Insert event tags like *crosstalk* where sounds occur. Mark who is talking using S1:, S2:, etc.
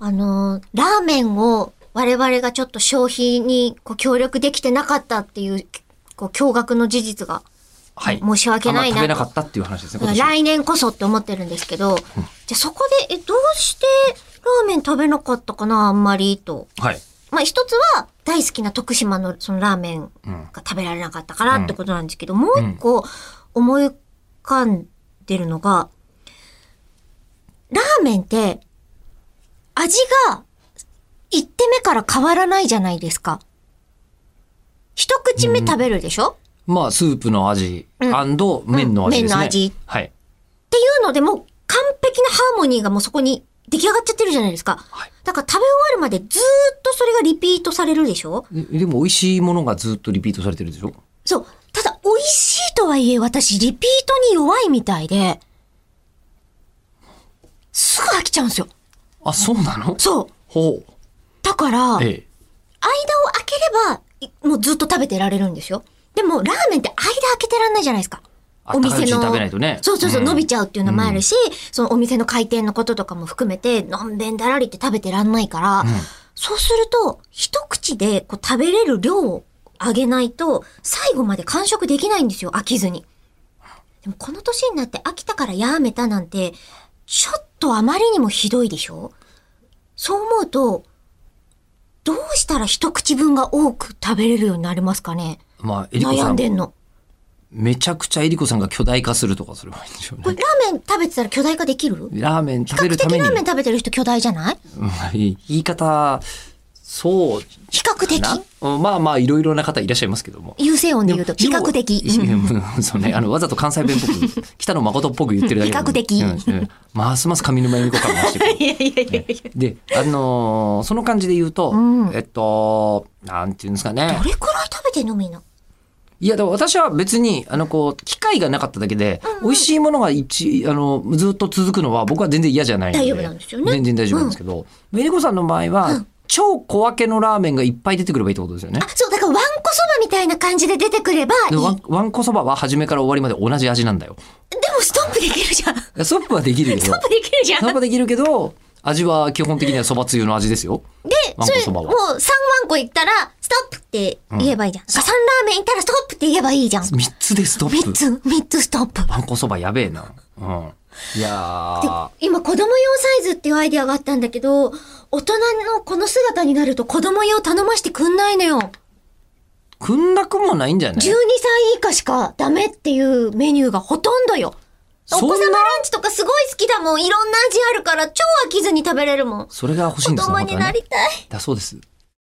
S1: あのー、ラーメンを我々がちょっと消費にこう協力できてなかったっていう、こう驚愕の事実が
S2: はい。
S1: 申し訳ないな
S2: あんま食べなかったっていう話ですね、今年。
S1: 来年こそって思ってるんですけど、じゃあそこで、え、どうしてラーメン食べなかったかな、あんまりと。
S2: はい。
S1: まあ一つは大好きな徳島のそのラーメン
S2: うん。
S1: が食べられなかったからってことなんですけど、もう一個思い浮かんでるのが、ラーメンって味が一手目から変わらないじゃないですか。一口目食べるでしょ、っ
S2: まあ、スープの味、
S1: うん
S2: 麺の味ですね。
S1: うん麺の味
S2: はい。
S1: ていうのでもう完璧なハーモニーがもうそこに出来上がっちゃってるじゃないですか。
S2: はい
S1: だから食べ終わるまでずーっとそれがリピートされるでしょ
S2: ででも、美味しいものがずっとリピートされてるでしょ
S1: そう。ただ、美味しいとはいえ、私、リピートに弱いみたいで、すぐ飽きちゃうんですよ。
S2: あ、そうなの
S1: そう。
S2: ほう。
S1: だから、間を空
S2: え
S1: ければ、いもうずっと食べてられるんですよ。でも、ラーメンって間空けてらんないじゃないですか。
S2: あったかいうちに食べないとね
S1: そうそうそう、
S2: うん
S1: 伸びちゃうっていうのもあるし、そのお店の開店のこととかも含めて、のんべんだらりって食べてらんないから、
S2: ん
S1: そうすると、一口でこう食べれる量を上げないと、最後まで完食できないんですよ、飽きずに。でもこの年になって飽きたからやめたなんて、ちょっとあまりにもひどいでしょそう思うと、どうしたら一口分が多く食べれるようになりますかね
S2: え。まあ、えりこ
S1: 悩
S2: さ
S1: ん
S2: ん、
S1: でんの。
S2: めちゃくちゃえりこさんが巨大化するとかすればいいんでしょう
S1: こ
S2: ね
S1: れ。ラーメン食べてたら巨大化できる
S2: ラーメン食
S1: 比
S2: べ
S1: 較
S2: る
S1: 的
S2: ために
S1: ラー。メン食べてる人巨大じゃない
S2: うん言い方、そう
S1: 比較的
S2: な。うんまあまあ、いろいろな方いらっしゃいますけども。
S1: 優勢音で言うと比較的。
S2: 要は *laughs*
S1: うん
S2: うんそうね、あの、わざと関西弁っぽく、北野誠っぽく言ってるだけなのに
S1: 比較的
S2: うんうんますます上沼恵美子感がしてくる。 *laughs* で、あのーその感じで言うと、
S1: うん
S2: えっと、なんていうんですかね
S1: ど。れくらい食べて飲みんない
S2: や、でも私は別に、あの、こう、機会がなかっただけで、美味しいものが一、あの、ずっと続くのは僕は全然嫌じゃないので。
S1: 大丈夫なんですよね
S2: 全然大丈夫なんですけど、恵美子さんの場合は、超小分けのラーメンがいっぱい出てくればいいってことですよね
S1: あ。、そう、だからわんこそばみたいな感じで出てくればいい。で
S2: でわ
S1: も
S2: んわんこそばは初めから終わりまで同じ味なんだよ。
S1: ストップできるじゃん。ス
S2: いやストップはできるよ。ス
S1: トップできるじゃん。
S2: そばできるけど、味は基本的にはそばつゆの味ですよ。
S1: で、
S2: わん
S1: そ
S2: こ
S1: れ、
S2: そば
S1: もう
S2: は
S1: 3わんこいったら、ストップって言えばいいじゃん。3ラーメンいったらストップって言えばいいじゃん。
S2: 三つでストッ
S1: 3
S2: プ。
S1: つ、3つストップ。
S2: パン粉そばやべえな。うん。いや
S1: 今、子供用サイズっていうアイデアがあったんだけど、大人のこの姿になると子供用頼ましてくんないのよ。
S2: ー、くんなくもないんじゃない
S1: 12歳以下しかダメっていうメニューがほとんどよ。お
S2: そんな
S1: 子様ランチとかすごい好きだもん。いろんな味あるから超飽きずに食べれるもん。
S2: それが欲しい
S1: 子
S2: んですよ
S1: 供
S2: 本当
S1: に
S2: は
S1: な
S2: ね
S1: り。たい。
S2: だそうです。